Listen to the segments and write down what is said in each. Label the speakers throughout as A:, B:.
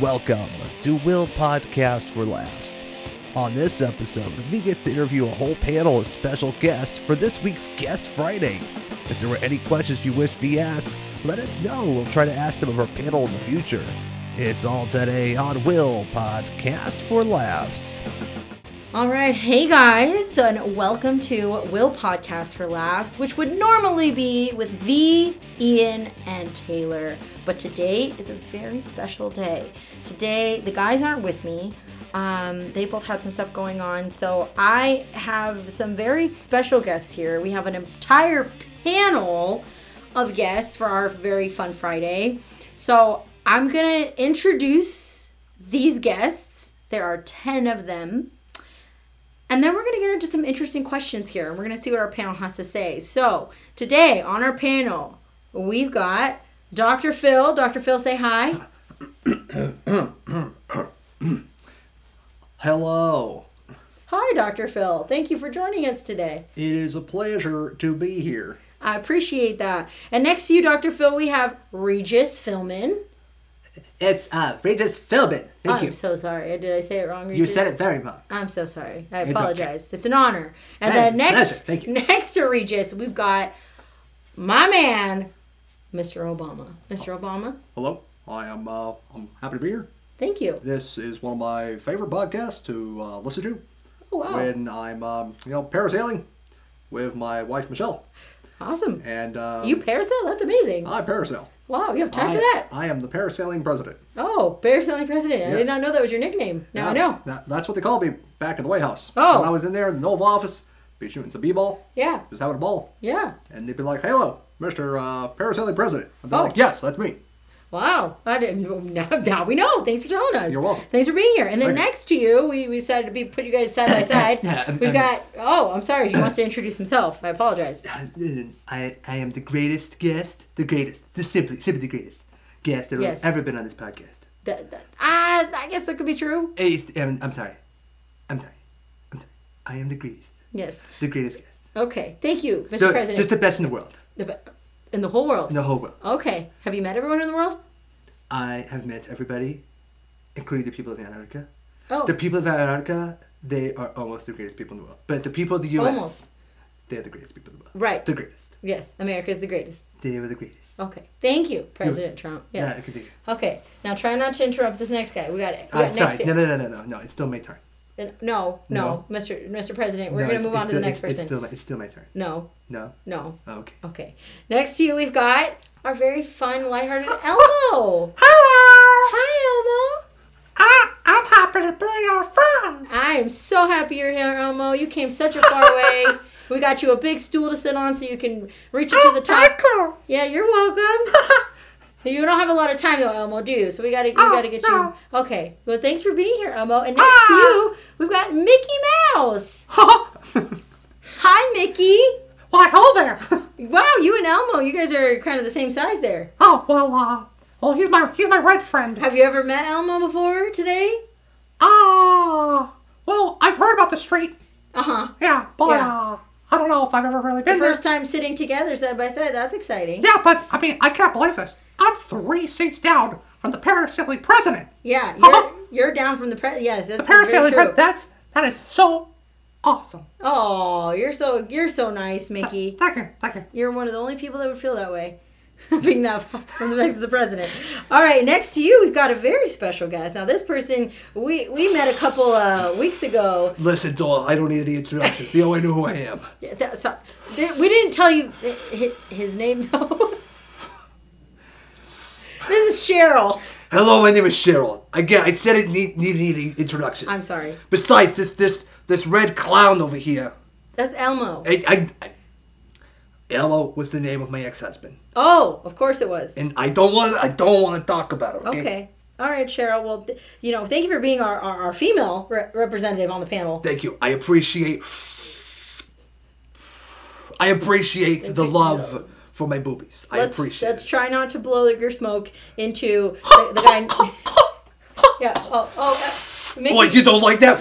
A: Welcome to Will Podcast for Laughs. On this episode, V gets to interview a whole panel of special guests for this week's Guest Friday. If there were any questions you wish V asked, let us know. We'll try to ask them of our panel in the future. It's all today on Will Podcast for Laughs.
B: All right, hey guys, and welcome to Will Podcast for Laughs, which would normally be with V, Ian, and Taylor. But today is a very special day. Today, the guys aren't with me. Um, they both had some stuff going on, so I have some very special guests here. We have an entire panel of guests for our very fun Friday. So I'm gonna introduce these guests. There are 10 of them. And then we're going to get into some interesting questions here and we're going to see what our panel has to say. So, today on our panel, we've got Dr. Phil. Dr. Phil, say hi.
C: Hello.
B: Hi, Dr. Phil. Thank you for joining us today.
C: It is a pleasure to be here.
B: I appreciate that. And next to you, Dr. Phil, we have Regis Philman.
C: It's uh Regis Philbin. Thank
B: I'm so sorry. Did I say it wrong? Regis?
C: it very well.
B: I'm so sorry. I
C: It's
B: apologize. It's, an honor. And
C: That is a
B: then
C: pleasure.
B: next,
C: Thank you.
B: next to Regis, we've got my man, Mr. Obama. Mr. Obama,
C: Hello. I am uh I'm happy to be here.
B: thank you.
C: This is one of my favorite podcasts to uh, listen to
B: Oh, wow.
C: when I'm um, you know parasailing with my wife Michelle.
B: Awesome.
C: And um,
B: you parasail? That's amazing.
C: I parasail.
B: wow, you have time
C: I,
B: for that.
C: I am the parasailing president.
B: Oh, parasailing president. I did
C: Yes.
B: not know that was your nickname. Now I
C: Yeah,
B: know.
C: that- that's what they called me back in the White House.
B: Oh.
C: When I was in there in the Nova office, be shooting some b-ball,
B: Yeah,
C: just having a ball.
B: yeah.
C: And they'd be like, hello, Mr. Uh, Parasailing President. I'd be
B: Oh.
C: like, yes, that's me.
B: Wow. I didn't. Now, now we know. Thanks for telling us.
C: You're welcome.
B: Thanks for being here. And then
C: Thank you.
B: next to you, we, we decided to be put you guys side by side.
C: Yeah, I'm-
B: We've
C: I'm-
B: got. Oh, I'm sorry. He wants to introduce himself. I apologize.
D: I, I am the greatest guest, the greatest, the simply, simply the greatest guest that
B: Yes.
D: has ever been on this podcast.
B: That, that, ah, I guess that could be true.
D: Ace- I'm, I'm sorry. I'm sorry. I'm sorry. I am the greatest,
B: Yes.
D: the greatest guest.
B: Okay. Thank you, Mr.
D: The-
B: President.
D: Just the best in the world,
B: The be- in the whole world.
D: in the whole world.
B: Okay. Have you met everyone in the world?
D: I have met everybody, including the people of Antarctica.
B: Oh.
D: The people of Antarctica, they are almost the greatest people in the world. But the people of the U.S.,
B: Almost.
D: they are the greatest people in the world.
B: right.
D: The greatest.
B: yes. America is the greatest.
D: They were the greatest.
B: Okay. Thank you, President Trump.
D: Yeah,
B: Yeah.
D: I could think.
B: Okay. Now try not to interrupt this next guy. We got it. We
D: I'm
B: got
D: sorry.
B: next
D: No, no, no, no, no, no. It's still my turn.
B: Then- no, no, Mr. Mr. President, we're
D: no,
B: gonna
D: it's-
B: move
D: it's
B: on to the
D: still-
B: next
D: it's-
B: person.
D: It's still, my, it's still my turn.
B: no,
D: No.
B: no.
D: Oh, okay.
B: Okay. Next to you, we've got our very fun, lighthearted Elmo.
D: Hello!
B: Hi, Elmo.
D: I, I'm happy to be your friend.
B: I am so happy you're here, Elmo. You came such a far way. We got you a big stool to sit on so you can reach it to the top.
D: you.
B: Yeah, you're welcome. You don't have a lot of time though, Elmo, do you? So we gotta we
D: Oh,
B: gotta get
D: no.
B: you Okay. Well thanks for being here, Elmo. And next to
D: Ah.
B: you, we've got Mickey Mouse. Hi Mickey.
D: Why, hello there.
B: Wow, you and Elmo, you guys are kind of the same size there.
D: Oh, well, uh, well, he's my, he's my right friend.
B: Have you ever met Elmo before today?
D: Ah, well, I've heard about the street.
B: Uh-huh.
D: Yeah, but,
B: Yeah.
D: uh, I don't know if I've ever really
B: The
D: been there.
B: first time sitting together side by side, that's exciting.
D: Yeah, but, I mean, I can't believe this. I'm three seats down from the parasailing president.
B: Yeah, you're you're down from Oh. the press. Yes, that's very
D: Parasailing president,
B: true.
D: that's, that is so awesome.
B: Oh, you're so you're so nice, Mickey.
D: Thank you, thank you.
B: You're one of the only people that would feel that way. Being that far from the next to the president. All right, next to you, we've got a very special guest. Now, this person we we met a couple uh, weeks ago.
C: Listen, doll, I don't need any introductions. They already know who I am.
B: Yeah, that- so- th- we didn't tell you hi- hi- his name though. this is Cheryl.
C: Hello, my name is Cheryl. Again, I said it need, need any introductions.
B: I'm sorry.
C: Besides this this this red clown over here,
B: That's Elmo.
C: I, I, I Ello was the name of my ex-husband,
B: Oh, of course it was.
C: and I don't want I don't want to talk about it. Okay.
B: Okay. All right, Cheryl. Well, th- you know, thank you for being our, our, our female re- representative on the panel.
C: Thank you. I appreciate. I appreciate the love for my boobies. I
B: Let's,
C: appreciate.
B: let's
C: it.
B: try not to blow your smoke into the, the guy. yeah. Oh, oh. uh, Mickey,
C: Boy, you don't like that.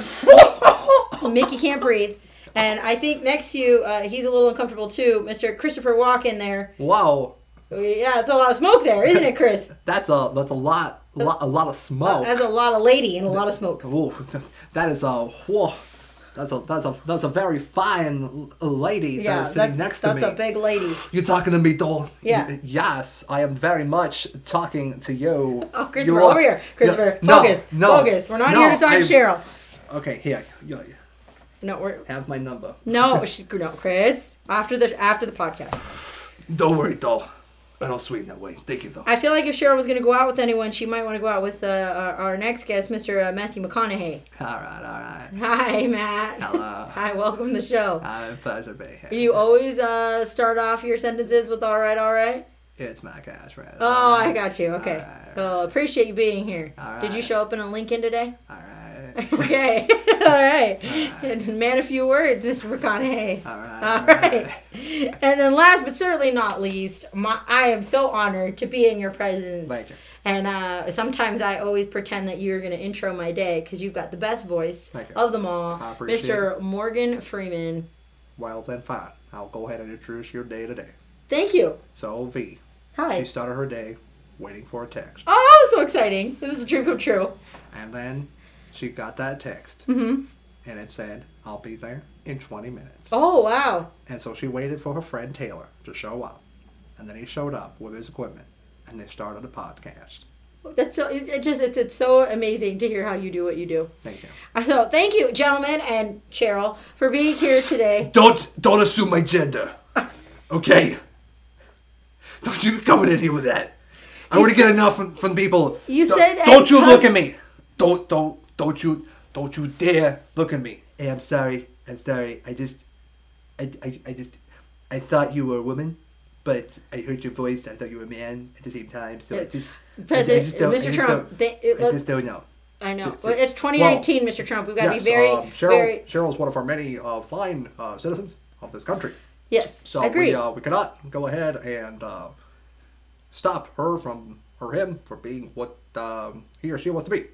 B: Mickey can't breathe. And I think next to you, uh, he's a little uncomfortable too, Mr. Christopher Walken there.
C: wow.
B: Yeah, it's a lot of smoke there, isn't it, Chris?
C: That's a that's a lot a lot, a lot of smoke.
B: That's a lot of lady and a lot of smoke.
C: Ooh, that is a whoa. That's a that's a that's a very fine l- lady
B: Yeah,
C: that is sitting
B: that's
C: next to me.
B: that's a big lady.
C: You're talking to me, doll.
B: Yeah.
C: Y- yes, I am very much talking to you.
B: Oh, Christopher,
C: You are-
B: over here, Christopher.
C: No,
B: focus,
C: no,
B: focus. We're not here to
C: no,
B: talk
C: I-
B: to Cheryl.
C: Okay, here, you- you
B: No, we're
C: have my number.
B: no, she, no, Chris. After the after the podcast,
C: Don't worry, doll. I don't swing that way. Thank you, though.
B: I feel like if Cheryl was going to go out with anyone, she might want to go out with uh, our, our next guest, Mr. Uh, Matthew McConaughey.
C: all right, all right.
B: Hi, Matt.
C: Hello.
B: Hi, welcome to the show.
C: I'm Professor Bayhead.
B: You always uh, start off your sentences with "all right, all right."
C: It's my cash right?
B: Oh, I got you. Okay.
C: Alright.
B: Well, appreciate you being here.
C: Alright.
B: Did you show up in a Lincoln today?
C: All right.
B: Okay. all right. And Man, a few words, Mr. McConaughey.
C: All right.
B: All right. And then last but certainly not least, my, I am so honored to be in your presence.
C: Thank you.
B: And uh, sometimes I always pretend that you're going to intro my day because you've got the best voice
C: Thank you.
B: of them all,
C: I appreciate
B: Mr. Morgan Freeman.
C: Well, then fine. I'll go ahead and introduce your day today.
B: Thank you.
C: So, V,
B: Hi.
C: she started her day waiting for a text.
B: oh, so exciting. This is a dream come true.
C: And then she got that text,
B: hmm
C: and it said, I'll be there in 20 minutes.
B: Oh, wow.
C: And so she waited for her friend Taylor to show up. And then he showed up with his equipment, and they started a podcast.
B: That's so, it, it just, it's, it's so amazing to hear how you do what you do. Uh,
C: Thank you.
B: So thank you, gentlemen and Cheryl, for being here today.
C: Don't don't assume my gender. Okay. Don't you be coming in here with that. I already get enough from, from people.
B: You
C: Don't-
B: said
C: Don't you look
B: ex-husband-
C: at me. Don't don't don't you don't you dare look at me.
D: Hey, I'm sorry. I'm sorry. I just, I, I, I just, I thought you were a woman, but I heard your voice. I thought you were a man at the same time. So I
B: Yes.
D: just,
B: President-
D: I, I just don't, I
B: Mr.
D: just
B: Trump,
D: don't-
B: they- it
D: I
B: was-
D: just don't know.
B: I know.
C: Th-
B: Well,
C: th-
B: it's 2019, Mr. Trump. We've got to
C: yes,
B: be very,
C: um, Cheryl.
B: very.
C: Cheryl is one of our many uh, fine uh, citizens of this country.
B: Yes.
C: So
B: agree.
C: we uh, we cannot go ahead and uh, stop her from or him from being what um, he or she wants to be.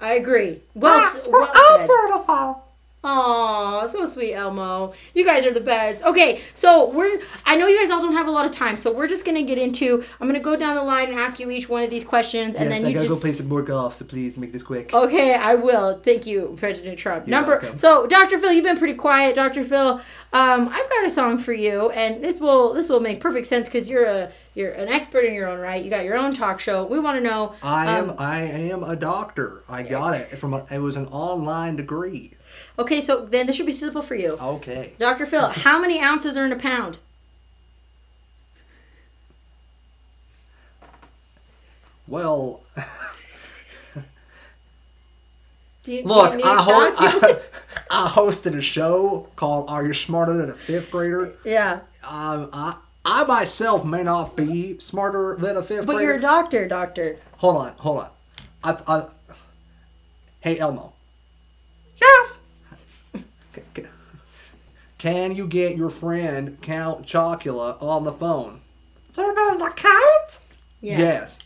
B: I agree. Well,
C: Ah,
B: s-
C: we're
B: well said.
C: unbeautiful.
B: Aw, so sweet, Elmo. You guys are the best. Okay, so we're. I know you guys all don't have a lot of time, so we're just gonna get into. I'm gonna go down the line and ask you each one of these questions, and
D: yes,
B: then
D: I
B: you
D: gotta
B: just. Oh,
D: go play some more golf. So please make this quick.
B: Okay, I will. Thank you, President Trump.
D: You're
B: Number
D: welcome.
B: so, Dr. Phil, you've been pretty quiet. Dr. Phil, um, I've got a song for you, and this will this will make perfect sense because you're a you're an expert in your own right. You got your own talk show. We want to know.
D: Uh,
C: I
B: um,
C: am I am a doctor. I got it from a, it was an online degree.
B: okay, so then this should be simple for you,
C: Okay.
B: Dr. Phil. How many ounces are in a pound?
C: Well,
B: Do you, do
C: look,
B: you need
C: I,
B: a
C: ho-
B: document?
C: I, I hosted a show called "Are You Smarter Than a Fifth Grader?"
B: yeah,
C: Um, I I myself may not be smarter than a fifth
B: but
C: grader.
B: you're a doctor, doctor.
C: hold on, hold on. I, I, hey Elmo. Yes. C- c- Can you get your friend Count Chocula on the phone? The count?
B: Yeah.
C: Yes.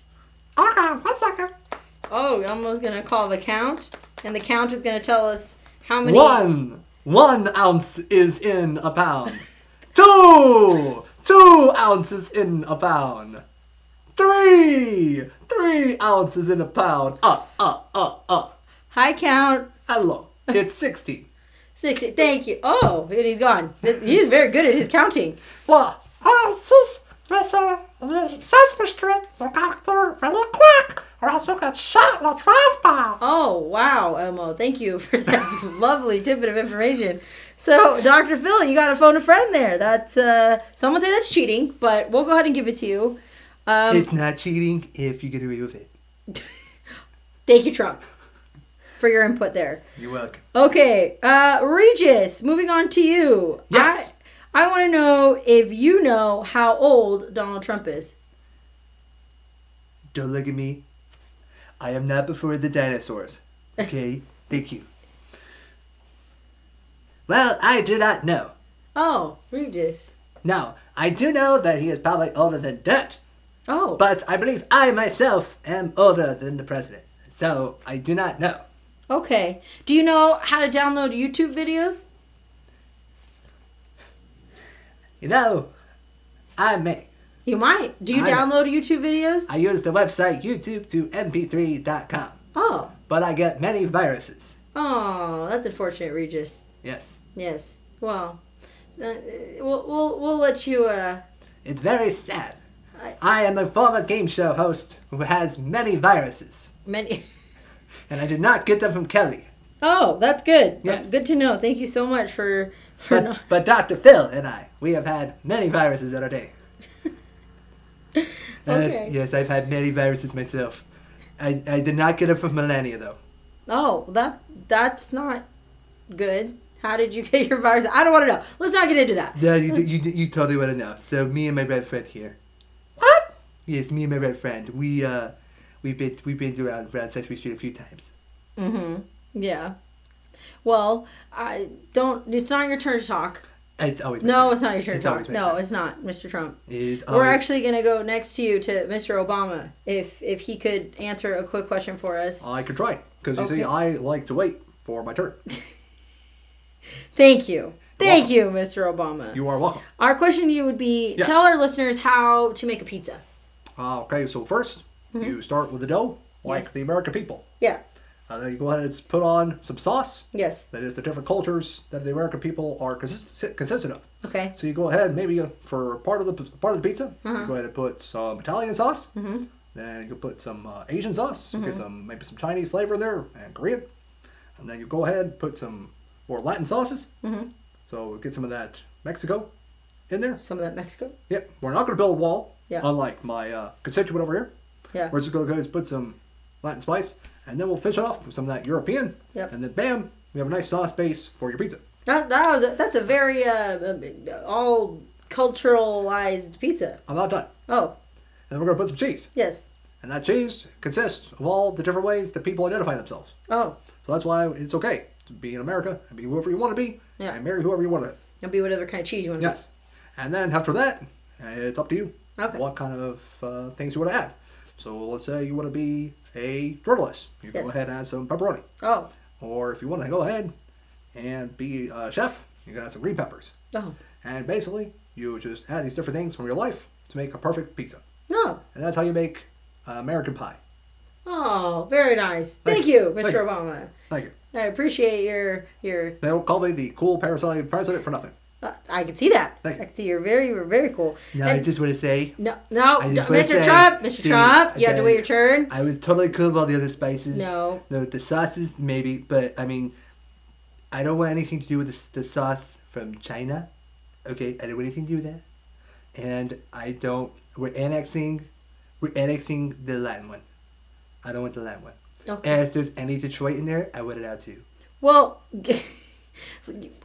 C: Okay, one second.
B: Oh, almost gonna call the count, and the count is gonna tell us how many.
C: One. One ounce is in a pound. Two. Two ounces in a pound. Three. Three ounces in a pound. Uh, uh, uh, uh.
B: Hi, count.
C: Hello. It's 60.
B: 60. Thank you. Oh, and he's gone. This- He's very good at his counting.
C: Well, ounces, Mr. Sesame Street, you got through really quick, or else you'll get shot in a drive-by.
B: Oh, wow, Elmo. Thank you for that lovely tidbit of information. So, Dr. Phil, you got to phone a friend there. That's, uh, someone say that's cheating, but we'll go ahead and give it to you. Um,
D: It's not cheating if you get away with it.
B: thank you, Trump, for your input there.
D: You're welcome.
B: Okay, uh, Regis, moving on to you.
D: Yes.
B: I, I want to know if you know how old Donald Trump is.
D: Don't look at me. I am not before the dinosaurs. Okay, thank you. Well, I do not know.
B: Oh, Regis.
D: Now, I do know that he is probably older than dirt,
B: Oh.
D: but I believe I myself am older than the president. So I do not know.
B: Okay. Do you know how to download YouTube videos?
D: You know, I may.
B: You might. Do you
C: I-
B: download YouTube videos?
C: I use the website YouTube to mp3.com,
B: oh.
C: but I get many viruses.
B: Oh, that's unfortunate, Regis.
C: Yes,
B: Yes. Well, uh, we'll, we'll, we'll let you, uh,
C: it's very sad.
B: I-
C: I am a former game show host who has many viruses,
B: many.
C: and I did not get them from Kelly,
B: Oh, that's good.
C: Yes.
B: Good to know. Thank you so much for, for
C: but,
B: not.
C: but Dr. Phil and I. We have had many viruses in our day. Uh,
D: And it's-
B: Okay.
D: yes, I've had many viruses myself. I, I did not get them from Melania though.
B: Oh, that that's not good. How did you get your virus? I don't want to know. Let's not get into that.
D: Yeah, you, you, you totally want to know. So me and my red friend here. What? Yes, me and my red friend. We uh, we've been we've been around around Sesame Street a few times.
B: Mm-hmm. Yeah. Well, I don't. It's not your turn to talk.
D: It's always my
B: No,
D: turn.
B: it's not your turn
D: It's
B: to
D: always
B: talk.
D: my
B: No,
D: turn.
B: it's not, Mr. Trump.
D: It's
C: Oh,
B: We're
D: always-
B: actually gonna go next to you to Mr. Obama if if he could answer a quick question for us.
C: I could try, because you
B: Okay.
C: see, I like to wait for my turn.
B: Thank you. Thank you, Mr. Obama.
C: You are welcome.
B: Our question to you would be:
C: Yes.
B: Tell our listeners how to make a pizza.
C: Uh, okay, so 1st you start with the dough, like
B: Mm-hmm. Yes.
C: the American people.
B: Yeah.
C: Uh, then you go ahead and s- put on some sauce.
B: Yes.
C: That is the different cultures that the American people are
B: Mm-hmm.
C: consist- consistent of.
B: Okay.
C: So you go ahead, maybe uh, for part of the p- part of the pizza, you
B: Uh-huh.
C: go ahead and put some Italian sauce. Mm-hmm. Then you put some uh, Asian sauce. You get
B: Mm-hmm.
C: some maybe some Chinese flavor in there and Korean. And then you go ahead and put some more Latin sauces. Mm-hmm. So get some of that Mexico in there.
B: Some of that Mexico.
C: Yep, we're not going to build a wall,
B: Yeah.
C: unlike my uh, constituent over here.
B: Yeah.
C: We're just going to go ahead and put some Latin spice, and then we'll finish it off with some of that European.
B: Yep.
C: And then bam, we have a nice sauce base for your pizza.
B: That that was a, that's a very uh, uh, all culturalized pizza.
C: I'm about done.
B: Oh
C: And then we're going to put some cheese.
B: yes.
C: And that cheese consists of all the different ways that people identify themselves.
B: Oh,
C: So that's why it's okay to be in America and be whoever you want to be
B: Yeah.
C: and marry whoever you want to.
B: it'll be whatever kind of cheese you want. to
C: Yes. And then after that, eh, it's up to you
B: Okay.
C: what kind of uh, things you want to add. So let's say you want to be a journalist. You go
B: Yes.
C: ahead and add some pepperoni.
B: Oh.
C: Or if you want to go ahead and be a chef, you can add some green peppers.
B: Oh.
C: And basically, you just add these different things from your life to make a perfect pizza.
B: No.
C: And that's how you make uh, American pie.
B: Oh, very nice. Thank
C: Thank
B: you,
C: you.
B: Mr.
C: Thank you.
B: Obama.
C: Thank you.
B: I appreciate your your.
C: They don't call me the cool parasite president for nothing.
B: Uh, I can see that.
C: Thank you.
B: I can see you're very you're very cool.
D: No, I
B: And-
D: just want to say
B: no, no,
D: I
B: no,
D: just wanna
B: Mr.
D: say,
B: Trump, Mr.
D: dude,
B: Trump, you have to
D: again,
B: wait your turn.
D: I was totally cool with all the other spices.
B: No.
D: No, the sauces maybe, but I mean, I don't want anything to do with the, s- the sauce from China. Okay, I don't want anything to do with that. And I don't. We're annexing. We're annexing the Latin one. I don't want the Latin one.
B: Okay.
D: And if there's any Detroit in there, I want it out too.
B: Well,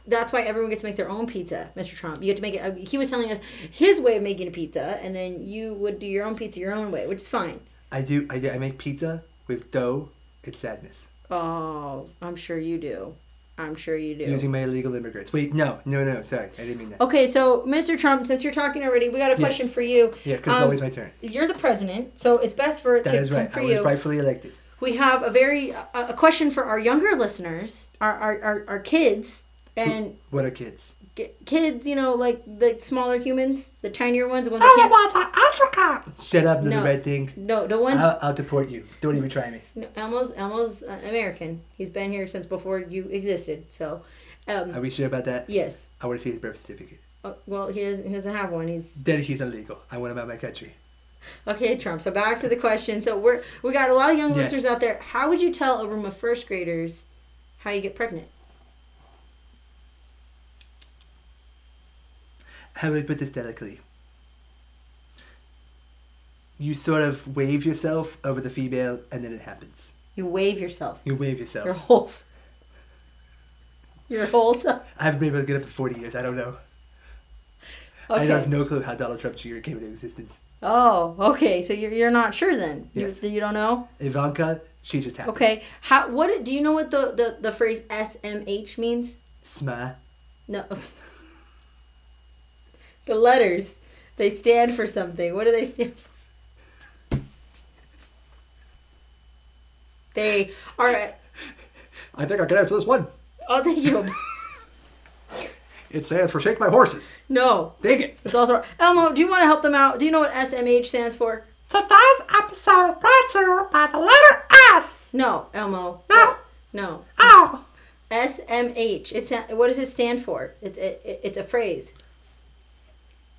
B: that's why everyone gets to make their own pizza, Mr. Trump. You have to make it. uh, He was telling us his way of making a pizza, and then you would do your own pizza your own way, which is fine.
D: I do. I do. I make pizza with dough and sadness
B: Oh, I'm sure you do. I'm sure you do.
D: using my illegal immigrants. Wait, no, no, no. Sorry, I didn't mean that.
B: okay, so Mr. Trump, since you're talking already, we got a
D: Yes.
B: question for you.
D: Yeah, because
B: Um,
D: it's always my turn.
B: You're the president, so it's best for it
D: That
B: to
D: is
B: come
D: right.
B: for
D: I was
B: you.
D: rightfully elected.
B: We have a very a, a question for our younger listeners, our our, our, our kids, and
D: What are kids?
B: g- kids, you know, like the smaller humans, the tinier ones, the ones that can't.
D: Shut up, little
B: No.
D: red thing.
B: No, the ones
D: I'll, I'll deport you. Don't even try me.
B: No, Elmo's Elmo's uh, American. He's been here since before you existed. So, um,
D: Are we sure about that?
B: yes.
D: I want to see his birth certificate.
B: Uh, well, he doesn't. He doesn't have one. He's
D: Then he's illegal. I want him out of my country.
B: okay, Trump. So back to the question. So we're we got a lot of young
D: Yes.
B: listeners out there. How would you tell a room of first graders how you get pregnant?
D: How do I put this delicately? You sort of wave yourself over the female, and then it happens.
B: You wave yourself.
D: You wave yourself.
B: Your whole. Your whole self.
D: I haven't been able to get up in 40 years. I don't know. I
B: Okay.
D: have no clue how Donald Trump Jr. came into existence.
B: Oh, okay. So you're you're not sure then.
D: Yes.
B: You, you don't know.
D: Ivanka, she just happened.
B: Okay. How? What? Do you know what the the, the phrase SMH means?
D: Sma.
B: No. the letters, they stand for something. What do they stand for? They are.
C: I think I can answer this one.
B: Oh, thank you.
C: It stands for Shake My Horses.
B: No.
C: Dig it.
B: It's also Elmo. Do you want to help them out? Do you know what SMH stands for?
D: Today's episode is brought to you by the letter S.
B: No, Elmo.
D: No.
B: No.
D: Oh.
B: SMH. It's a, what does it stand for? It, it, it- it's a phrase.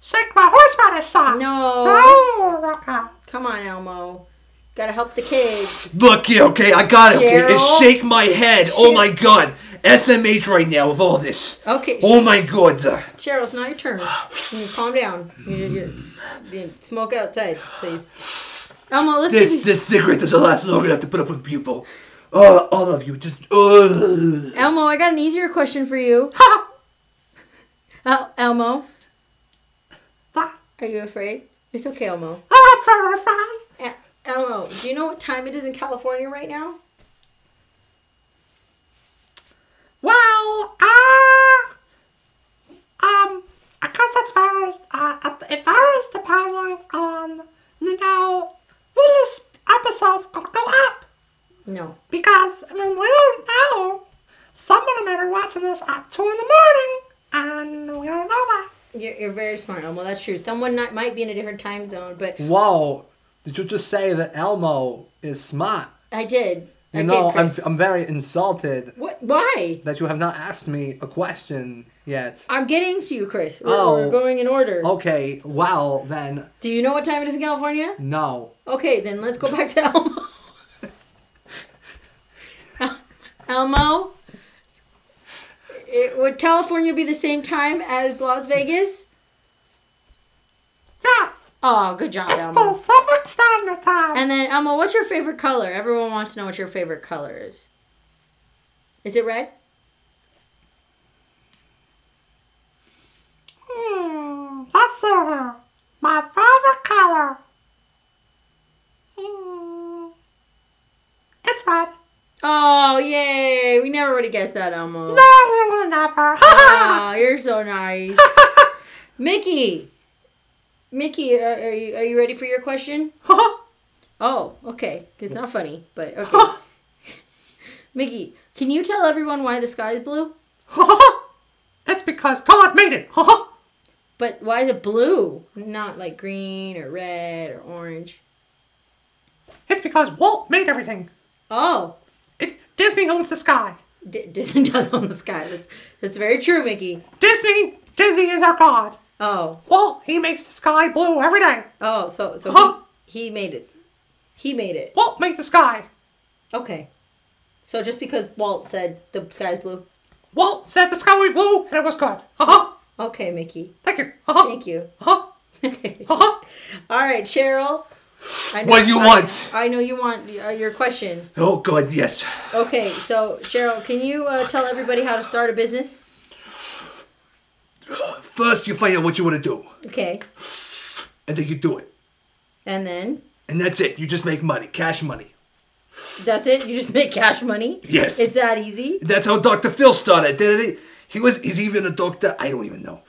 D: Shake my horse by the sauce.
B: No.
D: No. Okay.
B: Come on, Elmo. Gotta help the kid.
D: Look, yeah, okay, I got it. Okay,
B: Cheryl?
D: it's shake my head. Oh
B: Cheryl.
D: my god, SMH right now with all this.
B: Okay.
D: Oh my god.
B: Cheryl, it's not your turn. You need to calm down. You need to you need to smoke outside, please. Elmo, let's
D: This
B: give you,
D: this cigarette doesn't last long enough to put up with people. Oh, all of you, just. Uh.
B: Elmo. I got an easier question for you. El- Elmo, are you afraid? It's okay, Elmo. E- Elmo, do you know what time it is in California right now?
D: Well, ah, um, I guess that's very, uh, it varies depending on, you know, when this episode's gonna go up.
B: No.
D: Because, I mean, we don't know. Someone may be watching this at 2 in the morning, and we don't know that.
B: You're, you're very smart, Elmo. That's true. Someone not, might be in a different time zone, but
C: Whoa. Did you just say that Elmo is smart?
B: I did. I
C: You know,
B: did,
C: I'm,
B: Chris.
C: I'm very insulted
B: what? Why?
C: that you have not asked me a question yet.
B: I'm getting to you, Chris. We're,
C: Oh.
B: we're going in order.
C: Okay, well, then,
B: Do you know what time it is in California?
C: no.
B: Okay, then let's go back to Elmo. El- Elmo, it, would California be the same time as Las Vegas?
D: Yes,
B: Oh, good job,
D: it's
B: Elmo.
D: Pacific Standard Time.
B: And then Elmo, what's your favorite color? Everyone wants to know what your favorite color is. Is it red?
D: Hmm, let's see here. My favorite color. Hmm, it's red.
B: Oh, yay! We never would have guessed that, Elmo.
D: No, you will never.
B: Oh, you're so nice, Mickey. Mickey, uh, are, are you are you ready for your question? Oh, okay. It's not funny, but okay. Mickey, can you tell everyone why the sky is blue?
D: it's because God made it.
B: But why is it blue? Not like green or red or orange.
D: it's because Walt made everything.
B: Oh,
D: It, Disney owns the sky.
B: D- Disney does own the sky. That's, that's very true, Mickey.
D: Disney, Disney is our God.
B: Oh,
D: Walt, he makes the sky blue every day.
B: oh, so so
D: Huh?
B: he, he made it. He made it.
D: Walt made the sky.
B: Okay. So just because Walt said the sky's blue.
D: Walt said the sky was blue and it was good.
B: Okay, Mickey.
D: Thank you. Thank
B: Thank you. Okay.
D: you.
B: All right, Cheryl. I know-
D: What do you
B: I-
D: want?
B: I know you want uh, your question.
D: Oh God, yes.
B: Okay, so Cheryl, can you uh, tell everybody how to start a business?
D: First, you find out what you want to do,
B: Okay,
D: and then you do it,
B: and then
D: and that's it. You just make money, cash money.
B: that's it. You just make cash money.
D: Yes.
B: it's that easy.
D: That's how Dr. Phil started. Did he? He was. Is he even a doctor? I don't even know.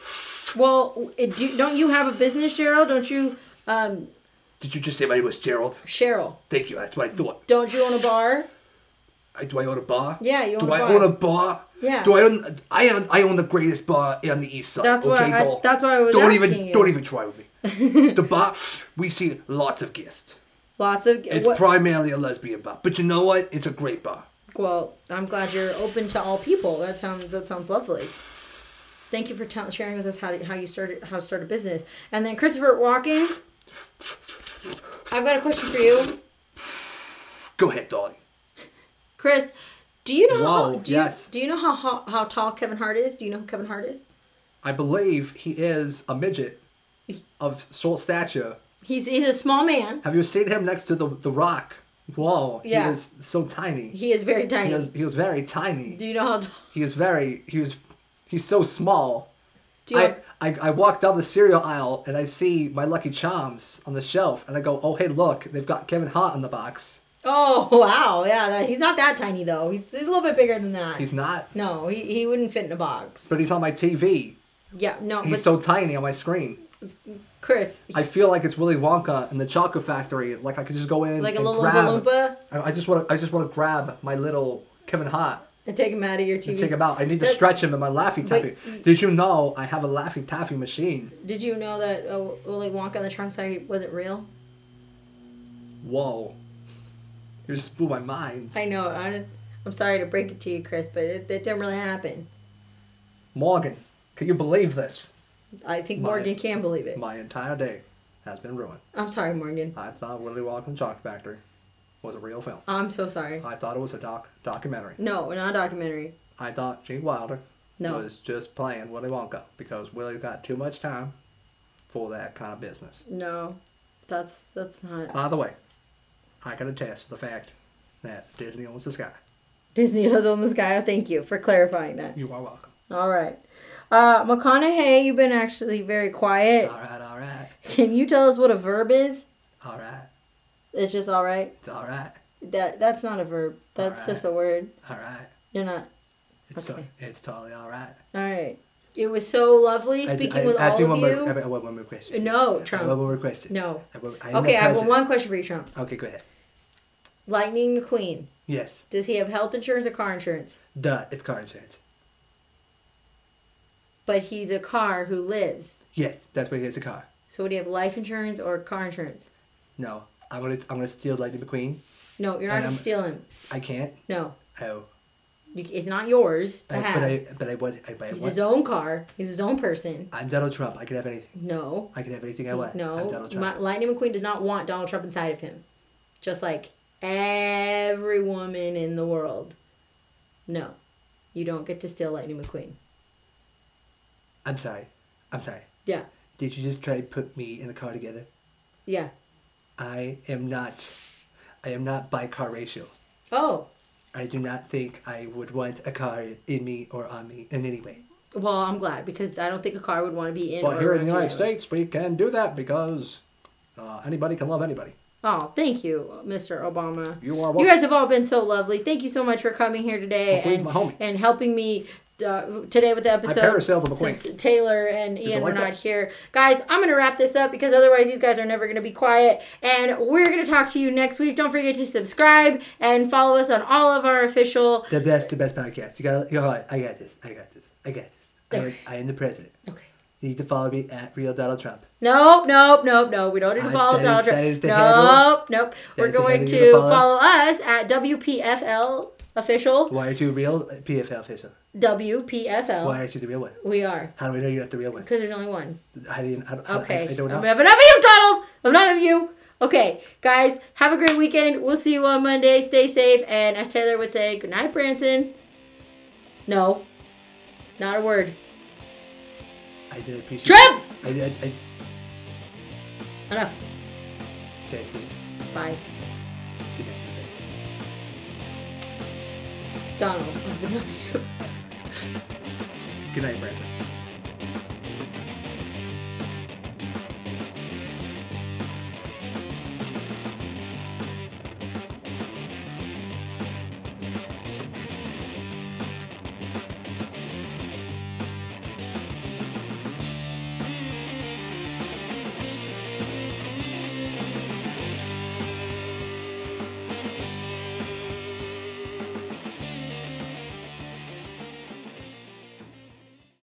B: Well, it, do, don't you have a business, Cheryl? Don't you, um,
D: Did you just say my name was Gerald?
B: Cheryl?
D: Thank you. That's what I thought.
B: Don't you own a bar?
D: I, do I own a bar?
B: Yeah, you own
D: do
B: a
D: I
B: bar.
D: own a bar?
B: Yeah.
D: Do I own? I own. I own the greatest bar on the east side.
B: That's why
D: okay,
B: I-
D: don't-
B: that's why I was
D: Don't
B: asking
D: even.
B: you.
D: Don't even try with me. the bar. We see lots of guests.
B: Lots of
D: It's
B: what-
D: primarily a lesbian bar, but you know what? It's a great bar.
B: well, I'm glad you're open to all people. That sounds that sounds lovely. Thank you for tell sharing with us how to, how you started how to start a business. And then Christopher Walken, I've got a question for you,
D: Go ahead, darling.
B: Chris. Do you know how,
C: Wow,
B: do you,
C: yes.
B: do you know how, how how tall Kevin Hart is? Do you know who Kevin Hart is?
C: I believe he is a midget of short stature.
B: He's he's a small man.
C: Have you seen him next to the the rock? Whoa,
B: Yeah.
C: he is so tiny.
B: He is very tiny.
C: He is he is very tiny.
B: do you know how tall?
C: He is very he was he's so small.
B: Do you
C: I, I I walk down the cereal aisle and I see my Lucky Charms on the shelf and I go, oh hey look, they've got Kevin Hart in the box.
B: oh wow, yeah. That, he's not that tiny though. He's, he's a little bit bigger than that.
C: He's not,
B: no, he, he wouldn't fit in a box.
C: but he's on my TV.
B: Yeah, no.
C: He's
B: But
C: so tiny on my screen.
B: Chris,
C: I feel like it's Willy Wonka in the Chocolate Factory. Like I could just go in
B: like a
C: and
B: little
C: grab.
B: Oompa Loompa.
C: I I just want to. I just want to grab my little Kevin Hart.
B: And take him out of your
C: to
B: TV.
C: take him out. I need to
B: That-
C: stretch him in my Laffy Taffy. Did you know I have a Laffy Taffy machine?
B: Did you know that uh, Willy Wonka and the Chocolate Factory wasn't real?
C: Whoa. You just blew my mind.
B: I know. I, I'm sorry to break it to you, Chris, but it, it didn't really happen.
C: Morgan, can you believe this?
B: I think
C: My-
B: Morgan can believe it.
C: My entire day has been ruined.
B: I'm sorry, Morgan.
C: I thought Willy Wonka and the Chocolate Factory was a real film.
B: I'm so sorry.
C: I thought it was a doc documentary.
B: No, not a documentary.
C: I thought Gene Wilder
B: No.
C: was just playing Willy Wonka because Willy got too much time for that kind of business.
B: No, that's that's not.
C: By the way, I can attest to the fact that Disney owns the sky.
B: Disney does own this guy. Thank you for clarifying that.
C: You are welcome.
B: All right. Uh, McConaughey, you've been actually very quiet.
C: All right, all right,
B: Can you tell us what a verb is?
C: all right,
B: It's just all right.
C: it's all right,
B: That that's not a verb. That's
C: right.
B: just a word.
C: all right.
B: You're not.
C: It's
B: Okay.
C: it's totally all right.
B: All right. It was so lovely
C: I-
B: speaking
C: I-
B: with
C: ask
B: all
C: me
B: of
C: one
B: you.
C: More, I want one more question. please.
B: No,
C: I
B: Trump.
C: want one more question.
B: No.
C: I want- am the
B: Okay, I have
C: president.
B: one question for you, Trump.
C: Okay, go ahead.
B: Lightning McQueen.
C: Yes,
B: Does he have health insurance or car insurance?
C: duh. It's car insurance.
B: But he's a car who lives.
C: Yes, that's why he has a car.
B: So would he have life insurance or car insurance?
C: No, I'm gonna I'm gonna steal Lightning McQueen.
B: No, you're not
C: And
B: gonna
C: I'm-
B: steal him.
C: I can't.
B: No,
C: Oh,
B: you, it's not yours to
C: I,
B: have.
C: but I but I want. I, but I
B: he's
C: want
B: his own car. He's his own person.
C: I'm Donald Trump. I can have anything.
B: No,
C: I can have anything I want. I'm
B: no.
C: Donald Trump.
B: My, Lightning McQueen does not want Donald Trump inside of him, just like every woman in the world. No, you don't get to steal Lightning McQueen.
C: I'm sorry. I'm sorry.
B: Yeah,
C: Did you just try to put me in a car together?
B: yeah.
C: I am not. I am not bi car racial.
B: Oh,
C: I do not think I would want a car in me or on me in any way.
B: well, I'm glad because I don't think a car would want to be in.
C: But
B: or
C: here in the
B: around
C: United
B: you.
C: States, we can do that because uh, anybody can love anybody.
B: Oh, thank you, Mr. Obama.
C: You are
B: You
C: welcome.
B: guys have all been so lovely. Thank you so much for coming here today
C: McQueen's
B: and,
C: my homie.
B: and helping me uh, today with the episode.
C: parasailed the McQueen.
B: since Taylor and Ian
C: like
B: were not
C: that?
B: here. Guys, I'm going to wrap this up because otherwise these guys are never going to be quiet. And we're going to talk to you next week. Don't forget to subscribe and follow us on all of our official.
C: the best, the best podcast. You got, you got. I got this. I got this. I got this. I am, I am the president.
B: Okay.
C: You need to follow me at real Donald Trump.
B: Nope, nope, nope, no. We don't need to
C: Uh,
B: follow
C: that is-
B: Donald Trump.
C: that is the handle.
B: Nope, nope. We're
C: is the
B: going
C: handle you
B: to
C: follow.
B: follow us at WPFL official.
C: Why aren't you a real PFL official?
B: WPFL.
C: Why aren't you the real one?
B: We are.
C: How do I know you're not the real one?
B: Because there's only one.
C: I didn't. I, don't- I- I,
B: Okay.
C: I don't
B: I'm
C: know.
B: enough of you, Donald. Enough of you. Okay, guys, have a great weekend. We'll see you on Monday. Stay safe. And as Taylor would say, good night, Branson. No, not a word.
C: I did appreciate.
B: Trump!
C: I did. I,
B: Enough.
C: I, Jason,
B: Bye.
C: good night.
B: Donald.
C: Good night, Branson.